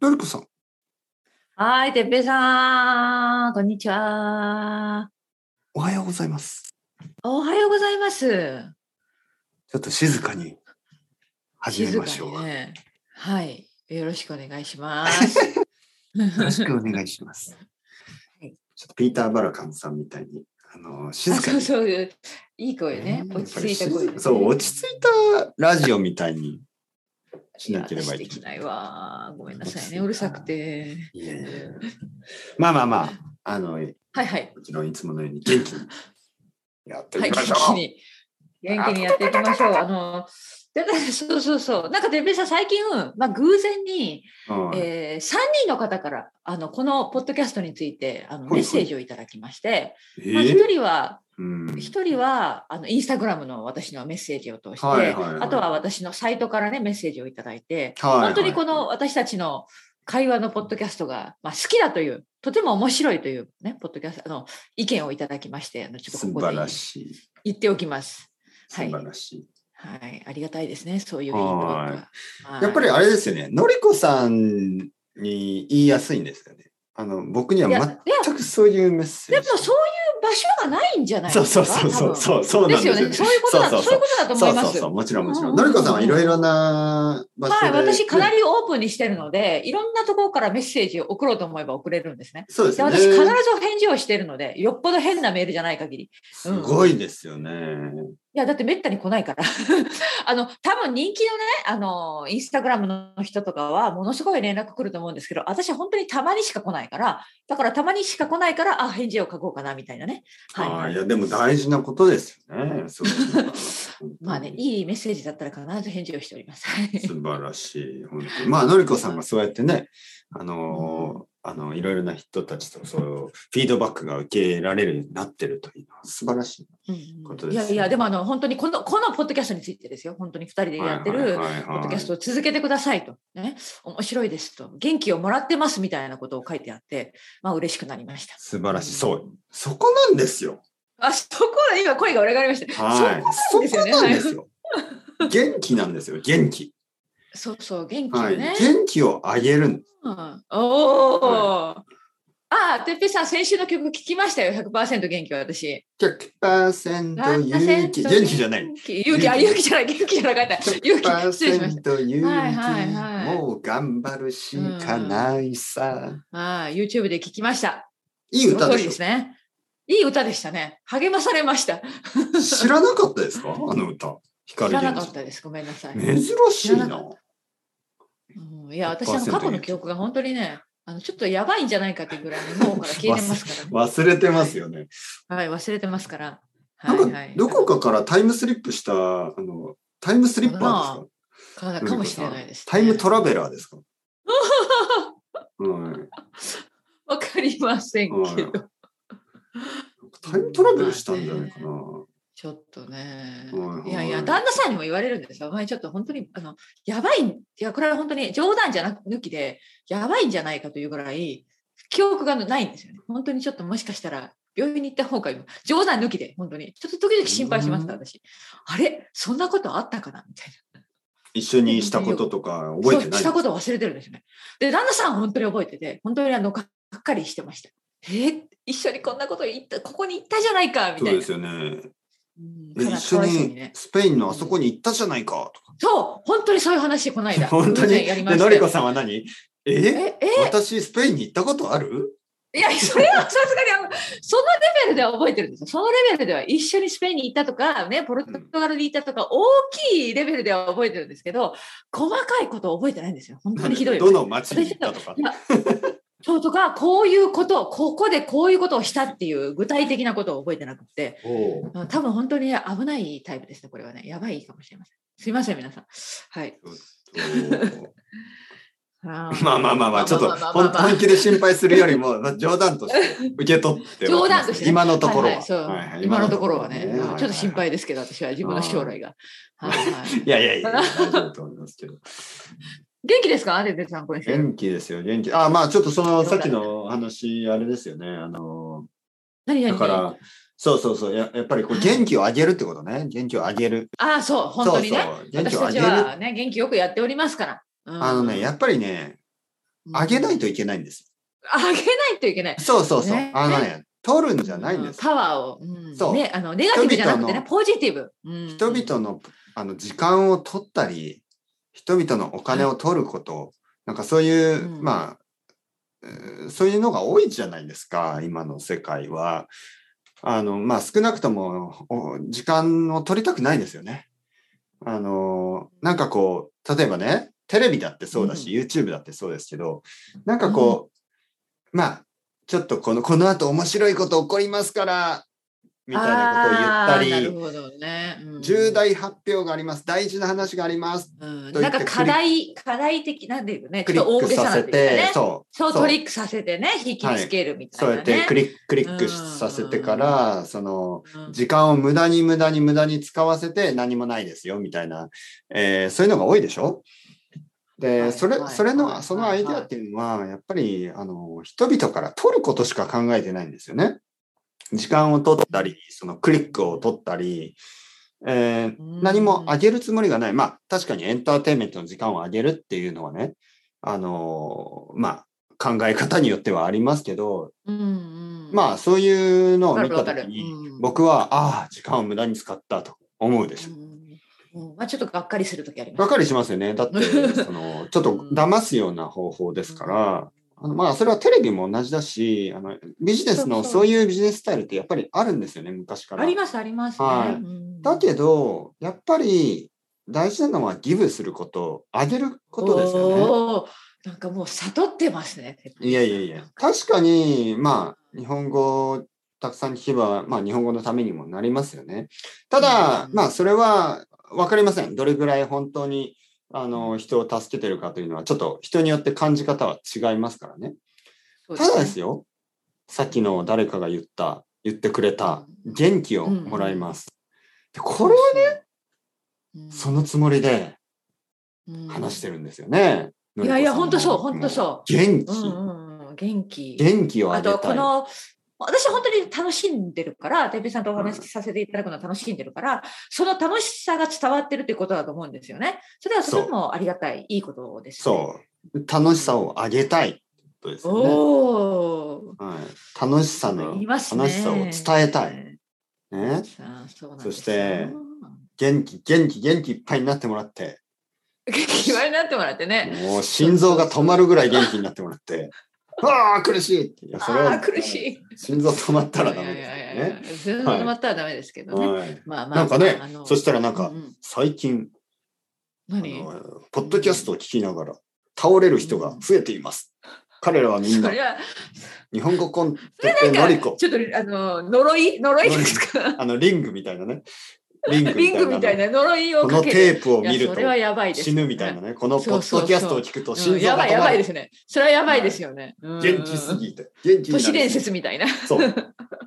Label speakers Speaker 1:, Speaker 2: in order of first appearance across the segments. Speaker 1: ラルクさん。
Speaker 2: はい、てっぺいさん、こんにちは。
Speaker 1: おはようございます。
Speaker 2: おはようございます。
Speaker 1: ちょっと静かに始めましょう。
Speaker 2: 静
Speaker 1: よ
Speaker 2: かにね。はい、よろしくお願い します。
Speaker 1: ろしくお願いします。
Speaker 2: はい
Speaker 1: ちょっとピーター・バラカンさんみたいに、あの、静
Speaker 2: あ
Speaker 1: かに。
Speaker 2: そうそういう、いい声ね。
Speaker 1: うん
Speaker 2: 落ち着いた声、
Speaker 1: やっぱり静かそう、落ち着いたラジオみたいにしなければい
Speaker 2: や私で
Speaker 1: け
Speaker 2: き
Speaker 1: ない。
Speaker 2: ないわ。ごめんなさい
Speaker 1: 落ち着い
Speaker 2: ね、
Speaker 1: た
Speaker 2: うるさくて。
Speaker 1: いやいやいやまあまあまあ、あの、も
Speaker 2: はいはい、
Speaker 1: ちろんいつものように元気にやってい
Speaker 2: はい、
Speaker 1: きま
Speaker 2: 元
Speaker 1: しょ
Speaker 2: 気
Speaker 1: う。
Speaker 2: に、元気にやっていきましょう。あの、だからそうそうそう、なんかてっぺいさん、最近、まあ、偶然に、
Speaker 1: うん
Speaker 2: えー、3人の方からあのこのポッドキャストについてあの
Speaker 1: いはい
Speaker 2: メッセージをいただきまして、
Speaker 1: え
Speaker 2: まあ、1人は
Speaker 1: うん
Speaker 2: 一人はあのインスタグラムの私のメッセージを通して、
Speaker 1: はいはいはい
Speaker 2: あとは私のサイトからねメッセージをいただいて、
Speaker 1: はい
Speaker 2: 本当にこの私たちの会話のポッドキャストが、まあ、好きだというとても面白いというねポッドキャストあの意見をいただきましてあのちょっと
Speaker 1: 素
Speaker 2: ここ
Speaker 1: 晴
Speaker 2: で
Speaker 1: らしい。
Speaker 2: 言っておきます。
Speaker 1: 素
Speaker 2: はい
Speaker 1: 晴らしい。
Speaker 2: はい、ありがたいですねそういうフィードバックがはい
Speaker 1: やっぱりあれですよね、のりこさんに言いやすいんですよね。あの僕にはい
Speaker 2: や
Speaker 1: 全くそういうメッセ
Speaker 2: で
Speaker 1: ー
Speaker 2: も
Speaker 1: ジ。
Speaker 2: そういう場所がないんじゃない
Speaker 1: そう
Speaker 2: です
Speaker 1: そ
Speaker 2: か。
Speaker 1: うそうそう
Speaker 2: う。
Speaker 1: そうそう
Speaker 2: で
Speaker 1: なん
Speaker 2: す
Speaker 1: で
Speaker 2: よ
Speaker 1: すよ
Speaker 2: ね。
Speaker 1: ね。
Speaker 2: そういうことだ。
Speaker 1: そう
Speaker 2: そう
Speaker 1: そ
Speaker 2: いううことだと思
Speaker 1: そ
Speaker 2: いうま
Speaker 1: そう
Speaker 2: す
Speaker 1: そう。もちろんもちろ
Speaker 2: うん
Speaker 1: ん。のりこさんはいろいろな場所
Speaker 2: は
Speaker 1: で、
Speaker 2: い、私かなりオープンにしてるので、いろんなところからメッセージを送ろうと思えば送れるんですね。
Speaker 1: そうです
Speaker 2: で
Speaker 1: よね。
Speaker 2: 私必ず返事をしてるので、よっぽど変なメールじゃない限り。い
Speaker 1: すごいですよね。
Speaker 2: や、だってめったに来ないから。 あの、多分人気のね、あの、インスタグラムの人とかは、ものすごい連絡来ると思うんですけど、私は本当にたまにしか来ないから、だからたまにしか来ないから、あ、返事を書こうかな、みたいなね。はい、
Speaker 1: はい、いやでも大事なことですよね。そういうのは
Speaker 2: まあね、いいメッセージだったら必ず返事をしております。
Speaker 1: 素晴らしい。本当にまあ、のりこさんがそうやってね、あのー、あの、いろいろな人たちと、そう、フィードバックが受けられるようになってるというのは素晴らしい。ことです
Speaker 2: い
Speaker 1: ね
Speaker 2: やいや、でもあの本当にこのこのポッドキャストについてですよ、本当に2人でやってる
Speaker 1: はいはい
Speaker 2: ポッドキャスト
Speaker 1: は
Speaker 2: を続けてくださいと、ね、面白いですと、元気をもらってますみたいなことを書いてあって、まあ嬉しくなりました
Speaker 1: い。素晴らしい。そう。そこなんですよ。
Speaker 2: あそこで今、声が俺がありました。
Speaker 1: はい。
Speaker 2: そこなんですよね
Speaker 1: そこなんですよ。元気なんですよ。元気。
Speaker 2: そうそう、元気
Speaker 1: は
Speaker 2: を
Speaker 1: い。
Speaker 2: ね。
Speaker 1: 元気を上げるんです。
Speaker 2: うん、おお、ああ、てっぺいさん、先週の曲聞きましたよ、100%元気は私。
Speaker 1: 100%勇気。元気じゃない。
Speaker 2: 勇気、勇気、あ、勇気じゃない、元気じゃなかった。勇気、失礼しました。
Speaker 1: 100%
Speaker 2: はいはいはい
Speaker 1: 勇気。もう頑張るしかないさ。
Speaker 2: ああ、YouTube で聞きました。
Speaker 1: いい歌
Speaker 2: その
Speaker 1: でし
Speaker 2: 通りで
Speaker 1: ょ
Speaker 2: すね。いい歌でしたね。励まされました。
Speaker 1: 知らなかったです かあの歌。
Speaker 2: 知
Speaker 1: 光
Speaker 2: らな
Speaker 1: 源
Speaker 2: か
Speaker 1: 氏
Speaker 2: ったです。ごめんなさい。
Speaker 1: 珍しいな。
Speaker 2: 知らなかうん、いや、私は過去の記憶が本当にね、あのちょっとやばいんじゃないかっていうぐらい 脳から消えてますから、
Speaker 1: 忘れてますよね。
Speaker 2: はい、忘れてますから。
Speaker 1: な
Speaker 2: は
Speaker 1: いん
Speaker 2: は
Speaker 1: か
Speaker 2: い、
Speaker 1: どこかからタイムスリップした、あの、タイムスリッパーで
Speaker 2: か
Speaker 1: すか
Speaker 2: かもしれないです、
Speaker 1: タイムト
Speaker 2: ラ
Speaker 1: ラベラーですかはい
Speaker 2: わかりません けど、
Speaker 1: タイムトラベルしたんじゃないかな。
Speaker 2: ちょっとね
Speaker 1: はいは。い
Speaker 2: いやいや、旦那さんにも言われるんですよ。お前ちょっと本当に、あの、やばい、いや、これは本当に冗談じゃなく、抜きで、やばいんじゃないかというぐらい、記憶がないんですよね。本当にちょっともしかしたら、病院に行った方がいい。冗談抜きで、本当に。ちょっと時々心配しますから、私。あれそんなことあったかなみたいな。
Speaker 1: 一緒にしたこととか覚えてない
Speaker 2: そうしたことを忘れてるんですよね。で、旦那さんは本当に覚えてて、本当にあの、がっかりしてました。えー一緒にこんなこと言った、ここに行ったじゃないかみ
Speaker 1: そう
Speaker 2: た
Speaker 1: で
Speaker 2: いな。
Speaker 1: すよね。
Speaker 2: うん
Speaker 1: え
Speaker 2: かな
Speaker 1: 一緒
Speaker 2: かわいそう
Speaker 1: に
Speaker 2: ね
Speaker 1: スペインのあそこに行ったじゃないかと
Speaker 2: そう、本当にそういう話、この
Speaker 1: か。
Speaker 2: 間。
Speaker 1: 本当
Speaker 2: 偶
Speaker 1: に。
Speaker 2: 然や
Speaker 1: で
Speaker 2: りまし
Speaker 1: の
Speaker 2: た
Speaker 1: り
Speaker 2: よ
Speaker 1: こさんは何え
Speaker 2: え、え、
Speaker 1: 私スペインに行ったことある
Speaker 2: いや、それはさすがにあの、そのレベルでは覚えてるんですよ。そのレベルでは一緒にスペインに行ったとか、ね、ポルトガルに行ったとか、大きいレベルでは覚えてるんですけど、細かいこと覚えてないんですよ。本当にひどい。
Speaker 1: どの町に行った とか。
Speaker 2: そうとか、こういうこと、ここでこういうことをしたっていう具体的なことを覚えてなくて、
Speaker 1: おう
Speaker 2: あ多分本当に危ないタイプですね、これはね。やばいかもしれません。すいません、皆さ ん。はい。ま
Speaker 1: まあまあまあまあ、ちょっとほん本気で心配するよりも、まあ冗談として受け取っては
Speaker 2: 冗談としてね
Speaker 1: 今のところ
Speaker 2: い
Speaker 1: は。
Speaker 2: いそう
Speaker 1: はいはい
Speaker 2: 今のところはね、
Speaker 1: 今の
Speaker 2: ちょっと心
Speaker 1: はい
Speaker 2: 配ですけど、私は自分の将来が。はいはい
Speaker 1: いやいやい や、大丈夫と思いますけど。
Speaker 2: 元気ですか、アレベさん、これ。
Speaker 1: 元気ですよ、元気。あ、まあちょっとそのさっきの話、あれですよね。あの、
Speaker 2: 何
Speaker 1: だ
Speaker 2: 々
Speaker 1: から、そうそうそう、ややっぱりこう元気を上げるってことね。元気を上げる。
Speaker 2: ああ、そう、本当にね。
Speaker 1: そうそう元気
Speaker 2: 私
Speaker 1: を
Speaker 2: た
Speaker 1: 上げ
Speaker 2: ち
Speaker 1: る。
Speaker 2: はね、元気よくやっておりますから。うん
Speaker 1: あのね、やっぱりね、あげないといけないんです。
Speaker 2: あげないといけない。
Speaker 1: そうそうそう。
Speaker 2: ね
Speaker 1: あのね、取るんじゃないんです。
Speaker 2: パワーを。うん
Speaker 1: そう
Speaker 2: ね、あのネガティブじゃなく
Speaker 1: 人々
Speaker 2: てね
Speaker 1: の、
Speaker 2: ポジティブ。うん
Speaker 1: 人々のあの時間を取ったり、人々のお金を取ること、なんかそういう、
Speaker 2: うん
Speaker 1: まあ、えーそういうのが多いじゃないですか、今の世界は。あの、まあ少なくともお時間を取りたくないですよね。あの、なんかこう、例えばね、テレビだってそうだし、YouTube だってそうですけど、なんかこう、まあ、ちょっとこの、この後面白いこと起こりますから、みたいなことを言ったり、
Speaker 2: あーなるほどね。うん
Speaker 1: 重大発表があります。大事な話があります。
Speaker 2: うん
Speaker 1: と
Speaker 2: な
Speaker 1: 言って
Speaker 2: んか課題、課題的なんていうかね、
Speaker 1: ク
Speaker 2: ち
Speaker 1: リ
Speaker 2: ょっと
Speaker 1: ッ
Speaker 2: 大
Speaker 1: ク
Speaker 2: げさ
Speaker 1: さ
Speaker 2: な
Speaker 1: せ
Speaker 2: んていうか
Speaker 1: て、
Speaker 2: ね。
Speaker 1: そう。
Speaker 2: そうトリックさせてね、引きつけるみた
Speaker 1: そう
Speaker 2: い
Speaker 1: や
Speaker 2: な
Speaker 1: って
Speaker 2: ね。
Speaker 1: クリッククリッ
Speaker 2: うん
Speaker 1: クさせてから、その、
Speaker 2: うん
Speaker 1: 時間を無駄に無駄に無駄に使わせて何もないですよ、みたいな、えーそういうのが多いでしょで、
Speaker 2: はい
Speaker 1: それ、
Speaker 2: はい
Speaker 1: それの、
Speaker 2: はい
Speaker 1: そのアイデアっていうのは、やっぱり、あの、人々から取ることしか考えてないんですよね。時間を取ったり、そのクリックを取ったり、えー
Speaker 2: うん
Speaker 1: 何もあげるつもりがない。まあ、確かにエンターテインメントの時間をあげるっていうのはね、あのーまあ、考え方によってはありますけど、
Speaker 2: うんうん
Speaker 1: まあ、そういうのを
Speaker 2: わか
Speaker 1: 見
Speaker 2: る
Speaker 1: た
Speaker 2: わかる
Speaker 1: 時に、
Speaker 2: うん
Speaker 1: 僕は、ああ、時間を無駄に使ったと思うでしょ。
Speaker 2: うんうんまあ、ちょっとがっかりするときあります。
Speaker 1: わかりしますよね。だ って、その、ちょっと騙すような方法ですから、あのまあ、それはテレビも同じだし、あの、ビジネスの、
Speaker 2: そう
Speaker 1: そ
Speaker 2: そう
Speaker 1: ういうビジネススタイルってやっぱりあるんですよね、昔から。
Speaker 2: ありますありますね。
Speaker 1: はい
Speaker 2: うん
Speaker 1: だけど、やっぱり大事なのはギブすること、あげることですよね。
Speaker 2: おーなんかもう悟ってますね。
Speaker 1: いやいやいや、確かに、まあ、日本語をたくさん聞けば、まあ、日本語のためにもなりますよね。ただ
Speaker 2: う、ん
Speaker 1: まあ、それは分かりません。どれぐらい本当に、あの、人を助けてるかというのは、ちょっと人によって感じ方は違いますからね。
Speaker 2: そう
Speaker 1: ただで
Speaker 2: ね
Speaker 1: すよ、さっきの誰かが言った、言ってくれた、元気をもらいます。でこれは
Speaker 2: ね、
Speaker 1: そのつもりで、
Speaker 2: の
Speaker 1: 話してるんですよね。
Speaker 2: いやいや
Speaker 1: のりこさんも
Speaker 2: ほんとそうほんとそう
Speaker 1: 元気、
Speaker 2: うんうんうん、元気。
Speaker 1: 元気をあ
Speaker 2: あ
Speaker 1: げたい。
Speaker 2: と、この、私本当に楽しんでるから、てっぺいさんとお話しさせていただくのは楽しんでるから、その楽しさが伝わってるってことだと思うんですよね。それはとてもありがたい、いいことです、
Speaker 1: そう、楽しさをあげたいってことですよね。
Speaker 2: お
Speaker 1: はい、楽しさ
Speaker 2: お、
Speaker 1: の、
Speaker 2: 言いま
Speaker 1: 楽
Speaker 2: すね。
Speaker 1: しさを伝えたい。ね、
Speaker 2: さあ。そうなん
Speaker 1: そ
Speaker 2: ですよ
Speaker 1: して元気、元気、元気いっぱいになってもらって、
Speaker 2: 言われになってもらってね。
Speaker 1: もう心臓が止まるぐらい元気になってもら って、ああ、苦しいいやそれは
Speaker 2: ああ、苦しい。
Speaker 1: 心臓止まったらダメ
Speaker 2: いやいやい
Speaker 1: で
Speaker 2: やいや。それは止まったらダメですけ
Speaker 1: す
Speaker 2: ど
Speaker 1: よ
Speaker 2: ね。
Speaker 1: ね。はい、
Speaker 2: まあまあ、
Speaker 1: なんかね
Speaker 2: あの
Speaker 1: そしたらなんか
Speaker 2: うう
Speaker 1: 最近、あ
Speaker 2: 何
Speaker 1: のポッドキャストを聞きながら倒れる人が増えています。彼らはみん
Speaker 2: そ
Speaker 1: な
Speaker 2: れは、
Speaker 1: 日本語コンテ
Speaker 2: な
Speaker 1: ッ
Speaker 2: ん
Speaker 1: ペのり
Speaker 2: か、
Speaker 1: こ
Speaker 2: ちょっと、あの、呪い呪いですか
Speaker 1: あのリングみたいなねリング
Speaker 2: リングみ
Speaker 1: みた
Speaker 2: た
Speaker 1: い
Speaker 2: い
Speaker 1: な
Speaker 2: な呪いを
Speaker 1: こ
Speaker 2: か
Speaker 1: の
Speaker 2: ける。
Speaker 1: テープを
Speaker 2: いや
Speaker 1: 見る
Speaker 2: そ
Speaker 1: と
Speaker 2: れはやばいです、
Speaker 1: 死ぬみたいな。ねこのポ
Speaker 2: そう
Speaker 1: ッ
Speaker 2: そうそう
Speaker 1: ドキャストを聞くと
Speaker 2: う
Speaker 1: 心
Speaker 2: ん、
Speaker 1: 臓
Speaker 2: や
Speaker 1: が
Speaker 2: ばい
Speaker 1: 止
Speaker 2: や
Speaker 1: ま
Speaker 2: ばいで
Speaker 1: る
Speaker 2: すね。それはやばいですよね。うん
Speaker 1: 元気すぎて元気にな
Speaker 2: 都
Speaker 1: る
Speaker 2: 市伝説み たいな。
Speaker 1: そう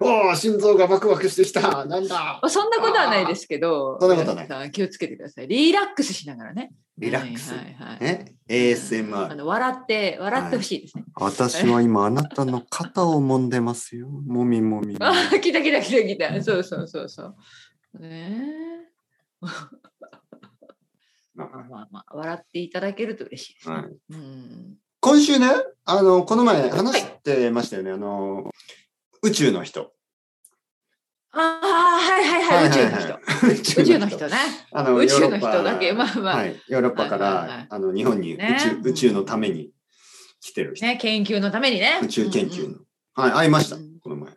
Speaker 1: おお心臓がバクバクしてきたなんだ
Speaker 2: まあそんなことはないですけど、
Speaker 1: そんなことはない
Speaker 2: 皆さん気をつけてください。リラックスしながらね。
Speaker 1: リラックス、
Speaker 2: はいはいはい
Speaker 1: ね
Speaker 2: あ
Speaker 1: ASMR
Speaker 2: の笑って、笑ってほしいですね。
Speaker 1: 私は今あなたの肩を揉んでます よもみもみ
Speaker 2: ああ、来た来た来た来た。そうそうそうそう。ねえ。まあまあまあ、笑っていただけると嬉しいですね。
Speaker 1: はい
Speaker 2: うん。
Speaker 1: 今週ね、あの、この前話してましたよね、あの、宇宙の人。
Speaker 2: ああ、はいはいはい、宇宙の人。
Speaker 1: 人
Speaker 2: 宇宙の人ね。
Speaker 1: あの
Speaker 2: 宇宙
Speaker 1: ヨ
Speaker 2: の
Speaker 1: ーロ
Speaker 2: 人
Speaker 1: ッパ
Speaker 2: だけ、まあまあ、
Speaker 1: はい、ヨーロッパから、
Speaker 2: はいはいはい
Speaker 1: あの、日本に宇宙,、
Speaker 2: ね
Speaker 1: 宇宙のために来てる人。
Speaker 2: ね、研究のためにね。
Speaker 1: 宇宙研究の、
Speaker 2: うんうん
Speaker 1: はい、会いました、
Speaker 2: うん
Speaker 1: この前。
Speaker 2: あ、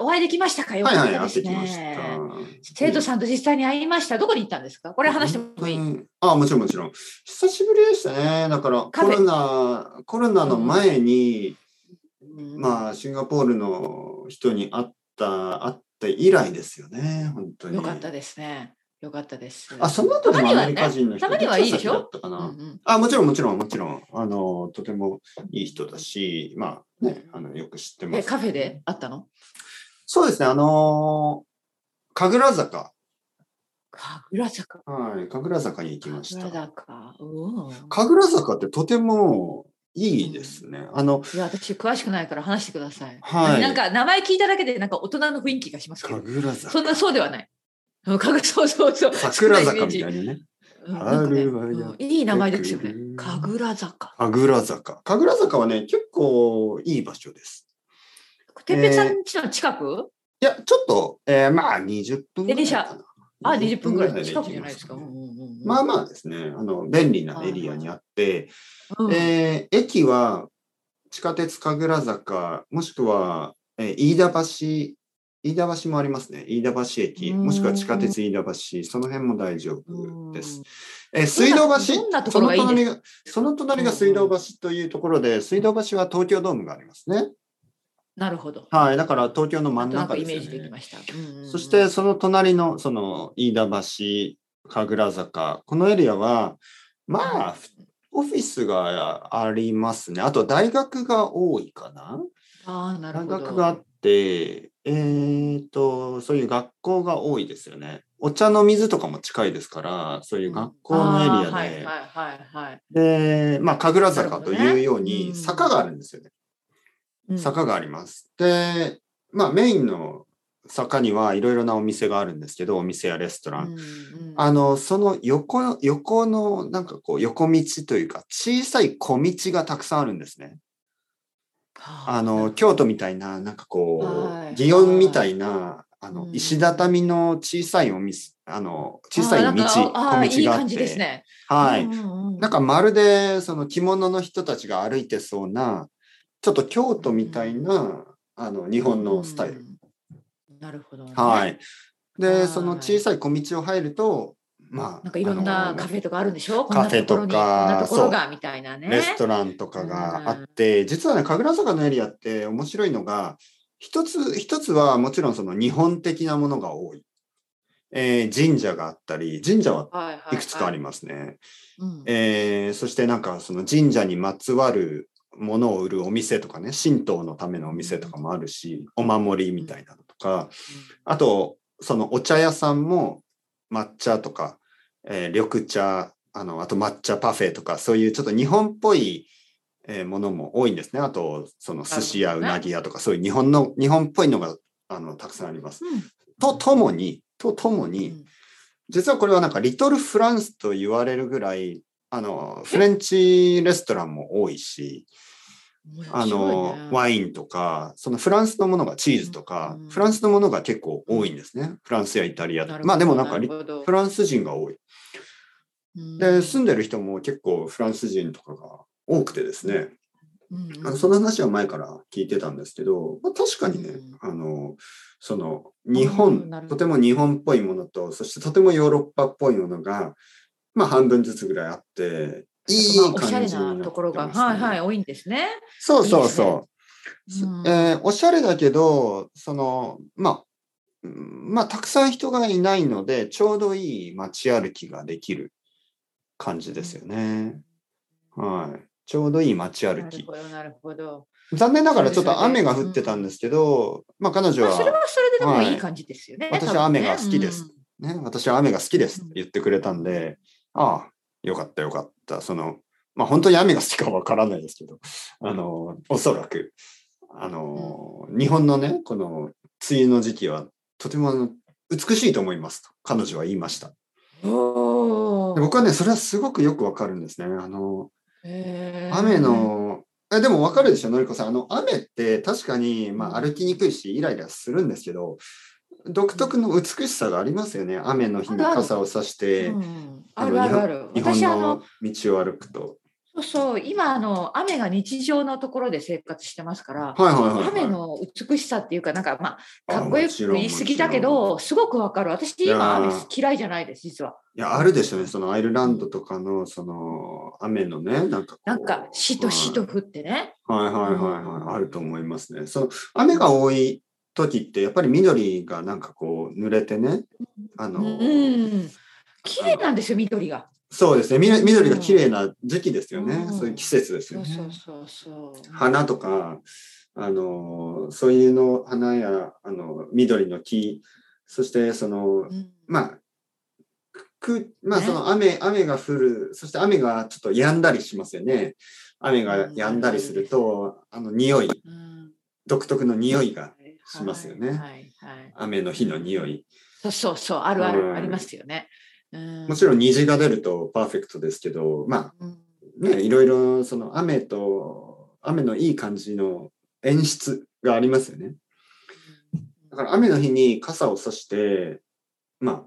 Speaker 2: お会いできましたかよか
Speaker 1: はい
Speaker 2: った
Speaker 1: はい、会
Speaker 2: で
Speaker 1: っ
Speaker 2: す
Speaker 1: てき
Speaker 2: ね。
Speaker 1: ました。
Speaker 2: 生徒さんと実際に会いました。どこに行ったんですかこ
Speaker 1: こ
Speaker 2: れ話してもいい。
Speaker 1: あもちろんもちろん。久しぶりでしたね。だから、コ
Speaker 2: カフェ
Speaker 1: ロナ、コロナの前に、
Speaker 2: あ、
Speaker 1: まあ、シンガポールの人に会った、会って以来ですよね、本当に。
Speaker 2: よかったですね。よかったです。
Speaker 1: あ、その後でも
Speaker 2: たまには
Speaker 1: ア
Speaker 2: ね
Speaker 1: メリカ人の人
Speaker 2: たまにはいいでしょ
Speaker 1: どっちが先だったかな、
Speaker 2: うんうん
Speaker 1: あ、もちろん、もちろん、もちろん。あの、とてもいい人だし、まあね、あのよく知ってま
Speaker 2: え、
Speaker 1: す。
Speaker 2: カフェで会ったの
Speaker 1: そうですね、あの神楽坂。
Speaker 2: 神楽坂。
Speaker 1: はい、神楽坂に行きまし
Speaker 2: 神楽
Speaker 1: た。
Speaker 2: 坂。おお。
Speaker 1: 神楽坂ってとてもいいですね。あの、
Speaker 2: いや、私、詳しくないから話してください。
Speaker 1: はい
Speaker 2: なんか、名前聞いただけで、なんか、大人の雰囲気がしますけど、
Speaker 1: 神楽坂。
Speaker 2: そんな、そうではない。うんかぐそうそうそう。
Speaker 1: 桜
Speaker 2: そんな
Speaker 1: 坂
Speaker 2: イメージ
Speaker 1: みたいなね。
Speaker 2: うんなんかね
Speaker 1: 春はや
Speaker 2: うんいい名前ですよ
Speaker 1: っ
Speaker 2: ね
Speaker 1: てくる。
Speaker 2: 神楽坂。
Speaker 1: 神楽坂。神楽坂はね、結構いい場所です。
Speaker 2: てっぺいさん家の近く、
Speaker 1: いや、ちょっと、えーまあ20分ぐらいかな。
Speaker 2: あ、20分ぐらいの近く
Speaker 1: で
Speaker 2: じ
Speaker 1: 行
Speaker 2: ゃない
Speaker 1: け
Speaker 2: ですか。うん
Speaker 1: ね
Speaker 2: うんうんうん
Speaker 1: まあまあですね、あの、便利なエリアにあって、
Speaker 2: うん
Speaker 1: えー駅は地下鉄神楽坂、もしくは、えー飯田橋、飯田橋もありますね。飯田橋駅、
Speaker 2: うん
Speaker 1: もしくは地下鉄飯田橋、その辺も大丈夫です。
Speaker 2: うん
Speaker 1: えー水道橋
Speaker 2: どんなところがいい
Speaker 1: その
Speaker 2: で
Speaker 1: 隣
Speaker 2: す
Speaker 1: が、その隣が水道橋というところで、水道橋は東京ドームがありますね。
Speaker 2: なるほど。
Speaker 1: はい、だから東京の真
Speaker 2: なん
Speaker 1: ん
Speaker 2: と
Speaker 1: 中
Speaker 2: なくイ
Speaker 1: で
Speaker 2: メージ
Speaker 1: す
Speaker 2: で
Speaker 1: よ
Speaker 2: き
Speaker 1: ね。
Speaker 2: ました。うんうんうん
Speaker 1: そして、その隣のその飯田橋、神楽坂、このエリアは、まあ、オフィスがありますね。あと大学が多いかな。
Speaker 2: あーなる
Speaker 1: 大
Speaker 2: ほど。
Speaker 1: 学があって、えー、と、そういう学校が多いですよね。お茶の水とかも近いですから、そういう学校のエリアで、
Speaker 2: あーはいはいはいはい
Speaker 1: で、まあ、神楽坂と
Speaker 2: なるほど
Speaker 1: いう
Speaker 2: ね
Speaker 1: よう
Speaker 2: うん
Speaker 1: に坂があるんですよね。
Speaker 2: うん。
Speaker 1: 坂があります。で、まあ、メインの坂にはいろいろなお店があるんですけど、お店やレストラン。
Speaker 2: うんうん
Speaker 1: あの、その横、横の、なんかこう、横道というか、小さい小道がたくさんあるんですね。あの、京都みたいな、なんか
Speaker 2: は
Speaker 1: こ、
Speaker 2: いう
Speaker 1: 祇園みたいな、あ
Speaker 2: う
Speaker 1: の、
Speaker 2: ん
Speaker 1: 石畳の小さいお店、あの、小さい道、
Speaker 2: あー
Speaker 1: 小道
Speaker 2: なんかあーいい
Speaker 1: があっ
Speaker 2: 感じです
Speaker 1: て、
Speaker 2: ね。
Speaker 1: は
Speaker 2: う
Speaker 1: い。
Speaker 2: んうんうん
Speaker 1: なんかまるで、その着物の人たちが歩いてそうな、ちょっと京都みたいな、あの、日本のスタイル。
Speaker 2: うんなるほどね。
Speaker 1: はい。
Speaker 2: はい
Speaker 1: で、その小さい小道を入ると、まあ、
Speaker 2: なんかいろん
Speaker 1: あ
Speaker 2: な
Speaker 1: の
Speaker 2: カフェとかあるんでしょこん
Speaker 1: カ
Speaker 2: な
Speaker 1: フェ
Speaker 2: と
Speaker 1: とか
Speaker 2: ころにこんなところがみたいなね。
Speaker 1: レストランとかがあって、実はね、神楽坂のエリアって面白いのが、一つ、一つはもちろんその日本的なものが多い。えー神社があったり、神社は
Speaker 2: はいはい
Speaker 1: いくつかあり
Speaker 2: ま
Speaker 1: ますね。
Speaker 2: す。うん
Speaker 1: えーそしてなんかその神社にまつわるものを売るお店とかね、神道のためのお店とかもあるし、お守りみたいなのとか、あと、そのお茶屋さんも抹茶とか、えー緑茶、あの、あと抹茶パフェとか、そういうちょっと日本っぽい、えーものも多いんですね。あと、その寿司
Speaker 2: な
Speaker 1: や
Speaker 2: る
Speaker 1: う
Speaker 2: ほどね
Speaker 1: なぎ屋とか、そういう日本の、日本っぽいのが、あの、たくさんあります。とともに、ととも
Speaker 2: うん
Speaker 1: に、実はこれはなんか、リトルフランスと言われるぐらい、あの、フレンチレストランも多いし、
Speaker 2: 面白
Speaker 1: あ
Speaker 2: いね
Speaker 1: の、ワインとか、そのフランスのものがチーズとか、
Speaker 2: うん
Speaker 1: フランスのものが結構多いんですね。フランスやイタリア
Speaker 2: なるほど
Speaker 1: まあでもなんか
Speaker 2: な
Speaker 1: リ、
Speaker 2: るほど
Speaker 1: フランス人が多い。
Speaker 2: うん
Speaker 1: で、住んでる人も結構フランス人とかが多くてですね。
Speaker 2: うんうん
Speaker 1: あのその話は前から聞いてたんですけど、まあ、確かにね、
Speaker 2: うん
Speaker 1: あの、その、日
Speaker 2: うん
Speaker 1: 本
Speaker 2: なる、ほ
Speaker 1: とて
Speaker 2: ど
Speaker 1: も日本っぽいものと、そしてとてもヨーロッパっぽいものが、まあ半分ずつぐらいあって、い
Speaker 2: まあ
Speaker 1: い
Speaker 2: おしゃ
Speaker 1: 感
Speaker 2: れ
Speaker 1: じになってます、
Speaker 2: な
Speaker 1: ね。
Speaker 2: ところが、はいはい、多いんですね。
Speaker 1: そうそうそう。
Speaker 2: いいですね
Speaker 1: すえーおしゃれだけど、その、まあ、うんまあ、たくさん人がいないので、ちょうどいい街歩きができる感じですよね。はい。ちょうどいい街
Speaker 2: な
Speaker 1: 歩
Speaker 2: る
Speaker 1: き。
Speaker 2: ほど、なるほど。
Speaker 1: 残念ながらちょっと雨が降ってたんですけど、まあ、彼女
Speaker 2: まあそれ
Speaker 1: は、
Speaker 2: はそれででも
Speaker 1: はい
Speaker 2: いい感じですよね。
Speaker 1: 私は
Speaker 2: 多分ね
Speaker 1: 雨が好きです。ね、私は雨が好きですって言ってくれたんで、ああ、よかったよかった。その、まあ、本当に雨が好きかわからないですけど、あの、おそらく、あの、日本のね、この梅雨の時期は、とてもあの美しいと思いますと、彼女は言いました。
Speaker 2: うんお
Speaker 1: で
Speaker 2: ー
Speaker 1: 僕はね、それはすごくよくわかるんですね。あの、
Speaker 2: へー
Speaker 1: 雨の、えでもわかるでしょ、のりこさん。あの、雨って確かに、まあ、歩きにくいし、イライラするんですけど、独特の美しさがありますよね。雨の日に傘をさして、
Speaker 2: うんあるあるある。
Speaker 1: 日本
Speaker 2: 私、あの
Speaker 1: の、道を歩くと。
Speaker 2: そうそう、今、あの、雨が日常のところで生活してますから、
Speaker 1: はいはいはい、はい。
Speaker 2: 雨の美しさっていうか、なんか、まあ、
Speaker 1: あ
Speaker 2: かっこよ
Speaker 1: もち
Speaker 2: く
Speaker 1: ろん
Speaker 2: 言い過ぎだけど、すごくわかる。私、
Speaker 1: いや
Speaker 2: 今、
Speaker 1: ー
Speaker 2: 雨嫌いじゃないです、実は。
Speaker 1: いや、あるでしょうね。そのアイルランドとかの、その、雨のね、なんかこう。
Speaker 2: なんか、しとしと降ってね。
Speaker 1: はいはいはいはい。あると思いますね。その、雨が多い時って、やっぱり緑がなんかこう、濡れてね、あ
Speaker 2: う
Speaker 1: の、
Speaker 2: ん。綺麗なんですよ、緑が。
Speaker 1: そうですね。み緑が綺麗な時期ですよね。
Speaker 2: うん
Speaker 1: そういう季節です
Speaker 2: そ
Speaker 1: よ
Speaker 2: う
Speaker 1: ね。
Speaker 2: そうそうそう。
Speaker 1: 花とか、あの、そういうの花や、あの、緑の木、そしてその
Speaker 2: う、ん
Speaker 1: まあ、く、まあ
Speaker 2: ね
Speaker 1: その雨、雨が降る、そして雨がちょっと止んだりしますよね。雨が止んだりすると、あの匂い、
Speaker 2: うん
Speaker 1: 独特の匂いが、しますよね
Speaker 2: はいはいはい
Speaker 1: 雨の日の匂い。
Speaker 2: そうそうそう、あるある、
Speaker 1: うん
Speaker 2: ありますよね。
Speaker 1: も
Speaker 2: も
Speaker 1: ちろん虹が出るとパーフェクトですけど、ま
Speaker 2: ろん。
Speaker 1: あね、いろいろその雨と、雨のいい感じの演出がありますよね。だから雨の日に傘を差して、ま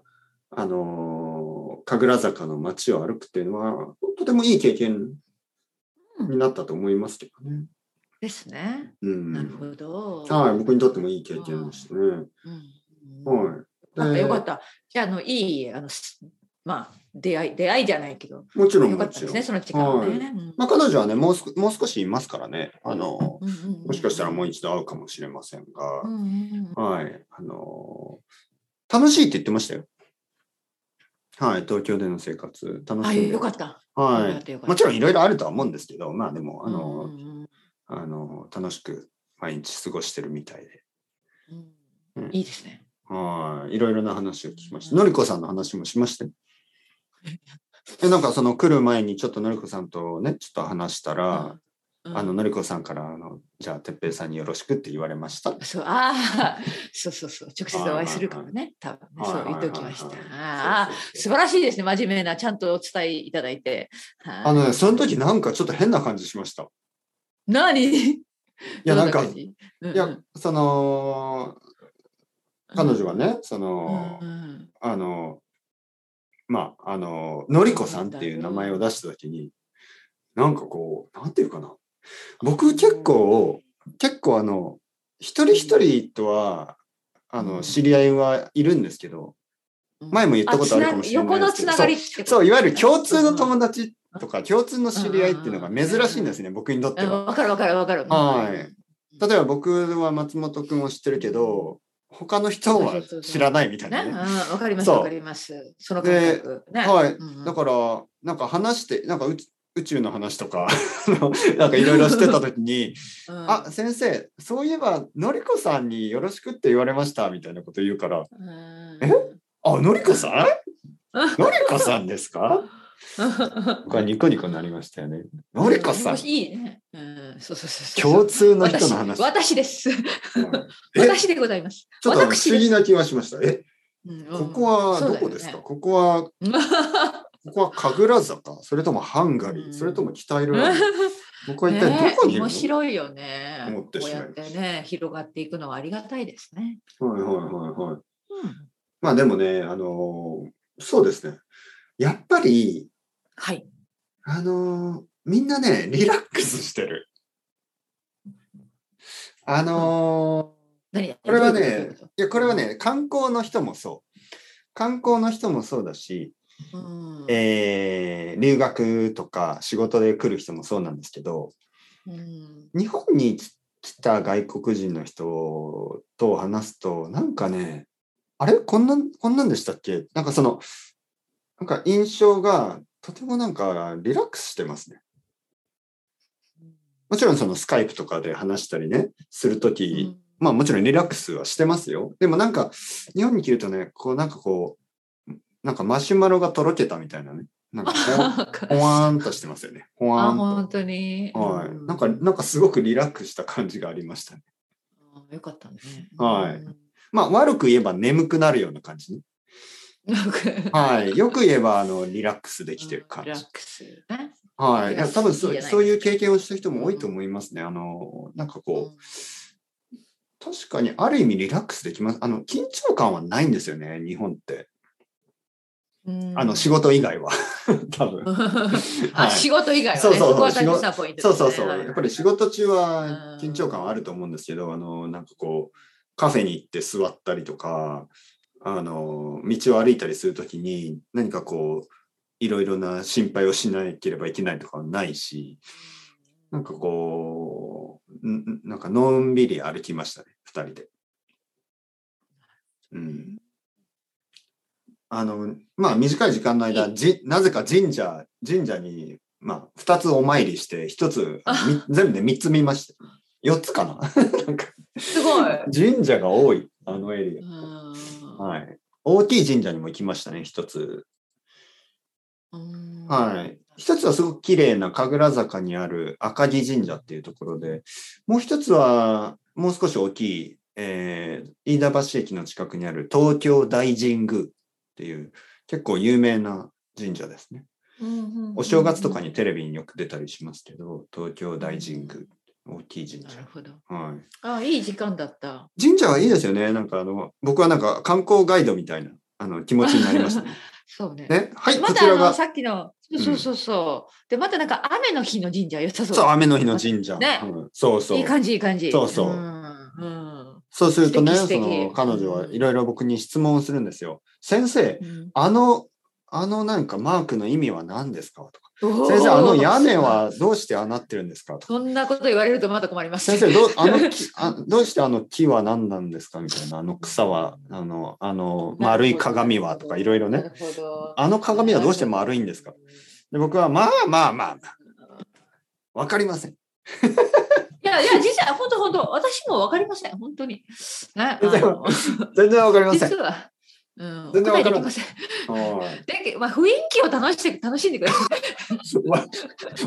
Speaker 1: あ、あのー神楽坂の街を歩くっていうのは、とてもいい経験になったと思いますけどね。
Speaker 2: ですね。
Speaker 1: うん。
Speaker 2: なるほど。
Speaker 1: はい、僕にとってもいい経験でしたね。
Speaker 2: うんうん
Speaker 1: は
Speaker 2: なんか
Speaker 1: い。
Speaker 2: よか
Speaker 1: で
Speaker 2: った。じゃあ、あの、いい、あの、すまあ、出会い、出会いじゃないけど、
Speaker 1: もちろん、
Speaker 2: よか
Speaker 1: も
Speaker 2: った
Speaker 1: ちろ
Speaker 2: です
Speaker 1: ん
Speaker 2: ね、。その時間は
Speaker 1: は
Speaker 2: ね。うん
Speaker 1: まあ、彼女はね、もうすもう少しいますからね。あの、
Speaker 2: うんうんうん
Speaker 1: もしかしたらもう一度会うかもしれませんが、
Speaker 2: うんうんうん
Speaker 1: はい。あのー楽しいって言ってましたよ。はい。東京での生活、楽
Speaker 2: あ、
Speaker 1: しい。
Speaker 2: よかった。
Speaker 1: は
Speaker 2: よかったよ
Speaker 1: い。
Speaker 2: かった
Speaker 1: もちろんいろいろあるとは思うんですけど、まあでも、あ
Speaker 2: う
Speaker 1: の
Speaker 2: んう
Speaker 1: ー、
Speaker 2: ん
Speaker 1: あのー、楽しく毎日過ごしてるみたいで。
Speaker 2: うん
Speaker 1: うん
Speaker 2: いいですね。
Speaker 1: はい。いろいろな話を聞きまし
Speaker 2: う
Speaker 1: た。
Speaker 2: ん
Speaker 1: のりこさんの話もしま したよえ、なんかその来る前にちょっとのりこさんとね、ちょっと話したら、
Speaker 2: うん
Speaker 1: あの、のりこさんから、あの、じゃあ、てっぺいさんによろしくって言われましたって。
Speaker 2: そう、ああ、 そうそうそう、直接お会いするからね、多分ね、そう
Speaker 1: はい
Speaker 2: 言
Speaker 1: は
Speaker 2: っ
Speaker 1: い
Speaker 2: ておきました。
Speaker 1: はいはい
Speaker 2: ああ、
Speaker 1: そうそうそう
Speaker 2: 素晴らしいですね、真面目な、ちゃんとお伝えいただいて。
Speaker 1: あ
Speaker 2: はい
Speaker 1: のね、その時なんかちょっと変な感じしました。い
Speaker 2: 何い
Speaker 1: や、なんか、い
Speaker 2: い
Speaker 1: や、その、彼女はね、その、あの、まあ、あの、のりこさんっていう名前を出した時に、なんかこう、なんていうかな。僕結構、結構あの、一人一人とは、あ
Speaker 2: うん
Speaker 1: の、知り合いはいるんですけど、前も言ったことあるかもしれない
Speaker 2: 横の
Speaker 1: ですけ
Speaker 2: つ
Speaker 1: ど
Speaker 2: ながりってこと
Speaker 1: そう、いわゆる共通の友達とか、共通の知り合いっていうのが珍しいんですね、僕にとって
Speaker 2: うん
Speaker 1: は。
Speaker 2: わかるわかるわかる。
Speaker 1: はい例えば僕は松本くんを知ってるけど、他の人は知らないみたい
Speaker 2: ね、
Speaker 1: な
Speaker 2: うん
Speaker 1: ね。
Speaker 2: わかります
Speaker 1: そう
Speaker 2: わかります。その感覚。ね、
Speaker 1: はい
Speaker 2: うん
Speaker 1: だから、なんか話して、なんか宇宇宙の話とか、 あのなんかいろいろしてた時に、
Speaker 2: うん
Speaker 1: あ、先生、そういえば、のりこさんによろしくって言われました、みたいなこと言うから、
Speaker 2: うん
Speaker 1: え あ、のりこさん のりこさんですか僕はニコニコになりましたよね。のりこさん、
Speaker 2: いいね。うん、そうそうそうそう。
Speaker 1: 共通の人の話。
Speaker 2: 私私です。
Speaker 1: はいえ
Speaker 2: 私でございます。
Speaker 1: ちょっとあの不
Speaker 2: 私
Speaker 1: 思
Speaker 2: で
Speaker 1: 議
Speaker 2: す
Speaker 1: な気はしました。え、
Speaker 2: うん
Speaker 1: ここはどこですか、ここ は、こ
Speaker 2: うん
Speaker 1: こは神楽坂それともハンガリー、
Speaker 2: うん
Speaker 1: それとも北イ
Speaker 2: そ
Speaker 1: ル
Speaker 2: う
Speaker 1: ラ
Speaker 2: だ
Speaker 1: ンド
Speaker 2: よね
Speaker 1: 僕は一体
Speaker 2: ね
Speaker 1: どこにいるの、
Speaker 2: 面白いよね。
Speaker 1: 思ってしまいました
Speaker 2: こうやってね、広がっていくのはありがたいですね。
Speaker 1: はいはいはいはい。
Speaker 2: うん
Speaker 1: まあでもね、あのーそうですね。やっぱり、
Speaker 2: はい。
Speaker 1: あのーみんなね、リラックスしてる。あの
Speaker 2: 何こ
Speaker 1: ーこれはね、いや、これはね、観光の人もそう。観光の人もそうだし、
Speaker 2: うん
Speaker 1: えー留学とか仕事で来る人もそうなんですけど、
Speaker 2: うん
Speaker 1: 日本に来来た外国人の人と話すと、なんかね、あれこんなん、こんなんでしたっけなんかその、なんか印象がとてもなんかリラックスしてますね。もちろんそのスカイプとかで話したりね、するとき、
Speaker 2: うん
Speaker 1: まあもちろんリラックスはしてますよ。でもなんか、日本に来るとね、こうなんかこう、なんかマシュマロがとろけたみたいなね。なんかほん、ほ わーんとしてますよね。ほわ
Speaker 2: あ、
Speaker 1: ーん
Speaker 2: 本
Speaker 1: と。
Speaker 2: 当に。
Speaker 1: は
Speaker 2: う
Speaker 1: い。なんか、なんかすごくリラックスした感じがありましたね。
Speaker 2: あよかったね。
Speaker 1: はい
Speaker 2: うん。
Speaker 1: まあ悪く言えば眠くなるような感じね。
Speaker 2: なんか
Speaker 1: はい。よく言えば、あの、リラックスできてる感
Speaker 2: リラ
Speaker 1: じ
Speaker 2: ッ。クスね。
Speaker 1: はい。いや、多分そ
Speaker 2: いいうじゃない
Speaker 1: そういう経験をした人も多いと思いますね。あの、なんかこう、
Speaker 2: うん
Speaker 1: 確かにある意味リラックスできます。あの、緊張感はないんですよね、日本って。
Speaker 2: うん
Speaker 1: あの、仕事以外は。 多分。は
Speaker 2: あ、
Speaker 1: い
Speaker 2: 仕事以外はね。
Speaker 1: そうそうそう
Speaker 2: こは大切なポイント
Speaker 1: そう
Speaker 2: です
Speaker 1: そ
Speaker 2: ね
Speaker 1: うそう。やっぱり仕。
Speaker 2: はい
Speaker 1: 事中は緊張感はあると思うんですけど、あの、なんかこう、カフェに行って座ったりとか、あの、道を歩いたりするときに、何かこう、いろいろな心配をしなければいけないとかはないし、なんかこう、んんなんかのんびり歩きましたね、二人で。うん。あの、まあ短い時間の間、じなぜか神社、神社に、まあ二つお参りして、一つ、あのみ全部で三つ見ました。四つかななんか
Speaker 2: すごい。
Speaker 1: 神社が多い、あのエリ
Speaker 2: うん
Speaker 1: ア。はい。大きい神社にも行きましたね、一つ。
Speaker 2: うん
Speaker 1: はい。一つはすごく綺麗な神楽坂にある赤城神社っていうところで、もう一つはもう少し大きい、えー飯田橋駅の近くにある東京大神宮っていう結構有名な神社ですね。お正月とか
Speaker 2: に。
Speaker 1: にテレビによく出たりしますけど、東京大神宮、大きい神
Speaker 2: な
Speaker 1: 社
Speaker 2: る。ほど。
Speaker 1: はい。
Speaker 2: あ、いい時間だった。
Speaker 1: 神社はいいですよね。なんかあの、僕はなんか観光ガイドみたいなあの気持ちになりま したね。
Speaker 2: そうね。
Speaker 1: ねはい、
Speaker 2: ま
Speaker 1: こ
Speaker 2: た
Speaker 1: ち
Speaker 2: あ
Speaker 1: ら
Speaker 2: の
Speaker 1: が、
Speaker 2: さっきの、そうそうそうそう。で、またなんか雨の日の神社良さそう。
Speaker 1: そう、雨の日の神社。
Speaker 2: ね
Speaker 1: うんそうそう
Speaker 2: いい感じ、いい感じ。
Speaker 1: そうそう
Speaker 2: うんうん
Speaker 1: そうするとね、
Speaker 2: 素
Speaker 1: そ
Speaker 2: 敵素敵
Speaker 1: の彼女はいろいろ僕に質問をするんですよ。先生、
Speaker 2: うん
Speaker 1: あの、あのなんかマークの意味は何ですかとか。
Speaker 2: おー
Speaker 1: 先生、あの屋根はどうしてああなってるんですかとか。
Speaker 2: そんなこと言われるとまた困ります。
Speaker 1: 先生どうあの木あどうしてあの木は何なんですかみたいなあの草はあのあの丸い鏡はとかいろいろ
Speaker 2: な
Speaker 1: ね
Speaker 2: るほど。
Speaker 1: あの鏡はどうして丸いんですかで僕はまあまあまあまあわかりません
Speaker 2: いやいや、実際、本当本当私もわかりません。本当に。なあ
Speaker 1: 全然
Speaker 2: の
Speaker 1: 全然わかりません
Speaker 2: 実は。うん、
Speaker 1: 全然
Speaker 2: お答
Speaker 1: わ
Speaker 2: え
Speaker 1: からな
Speaker 2: できま
Speaker 1: い
Speaker 2: せん。
Speaker 1: はい
Speaker 2: だけどまあ、雰囲気を楽しんで楽しんでください。
Speaker 1: わ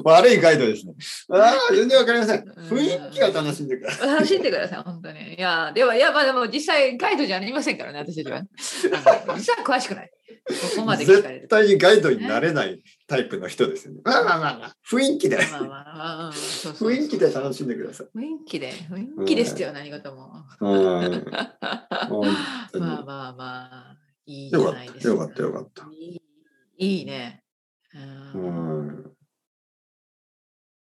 Speaker 1: 悪いガイドですねああ全然わかりません雰囲気は楽しんでください
Speaker 2: 楽しんでください、本当に。いや、では、いや、まあ、でも実際、ガイドじゃありませんからね、私たちは。あの実は詳しくない。ここまで聞かれ
Speaker 1: 絶
Speaker 2: る。
Speaker 1: 対にガイドになれないタイプの人ですよねまあまあまあまあ雰囲気で
Speaker 2: まあまあまあうんそうそう
Speaker 1: 雰囲気で楽しんでください
Speaker 2: 雰囲気で、雰囲気ですよ、何事も。
Speaker 1: うん本当に
Speaker 2: まあまあまあ、いいじゃ
Speaker 1: よか
Speaker 2: ない
Speaker 1: っ
Speaker 2: です
Speaker 1: たよかったよかった
Speaker 2: いいいいね。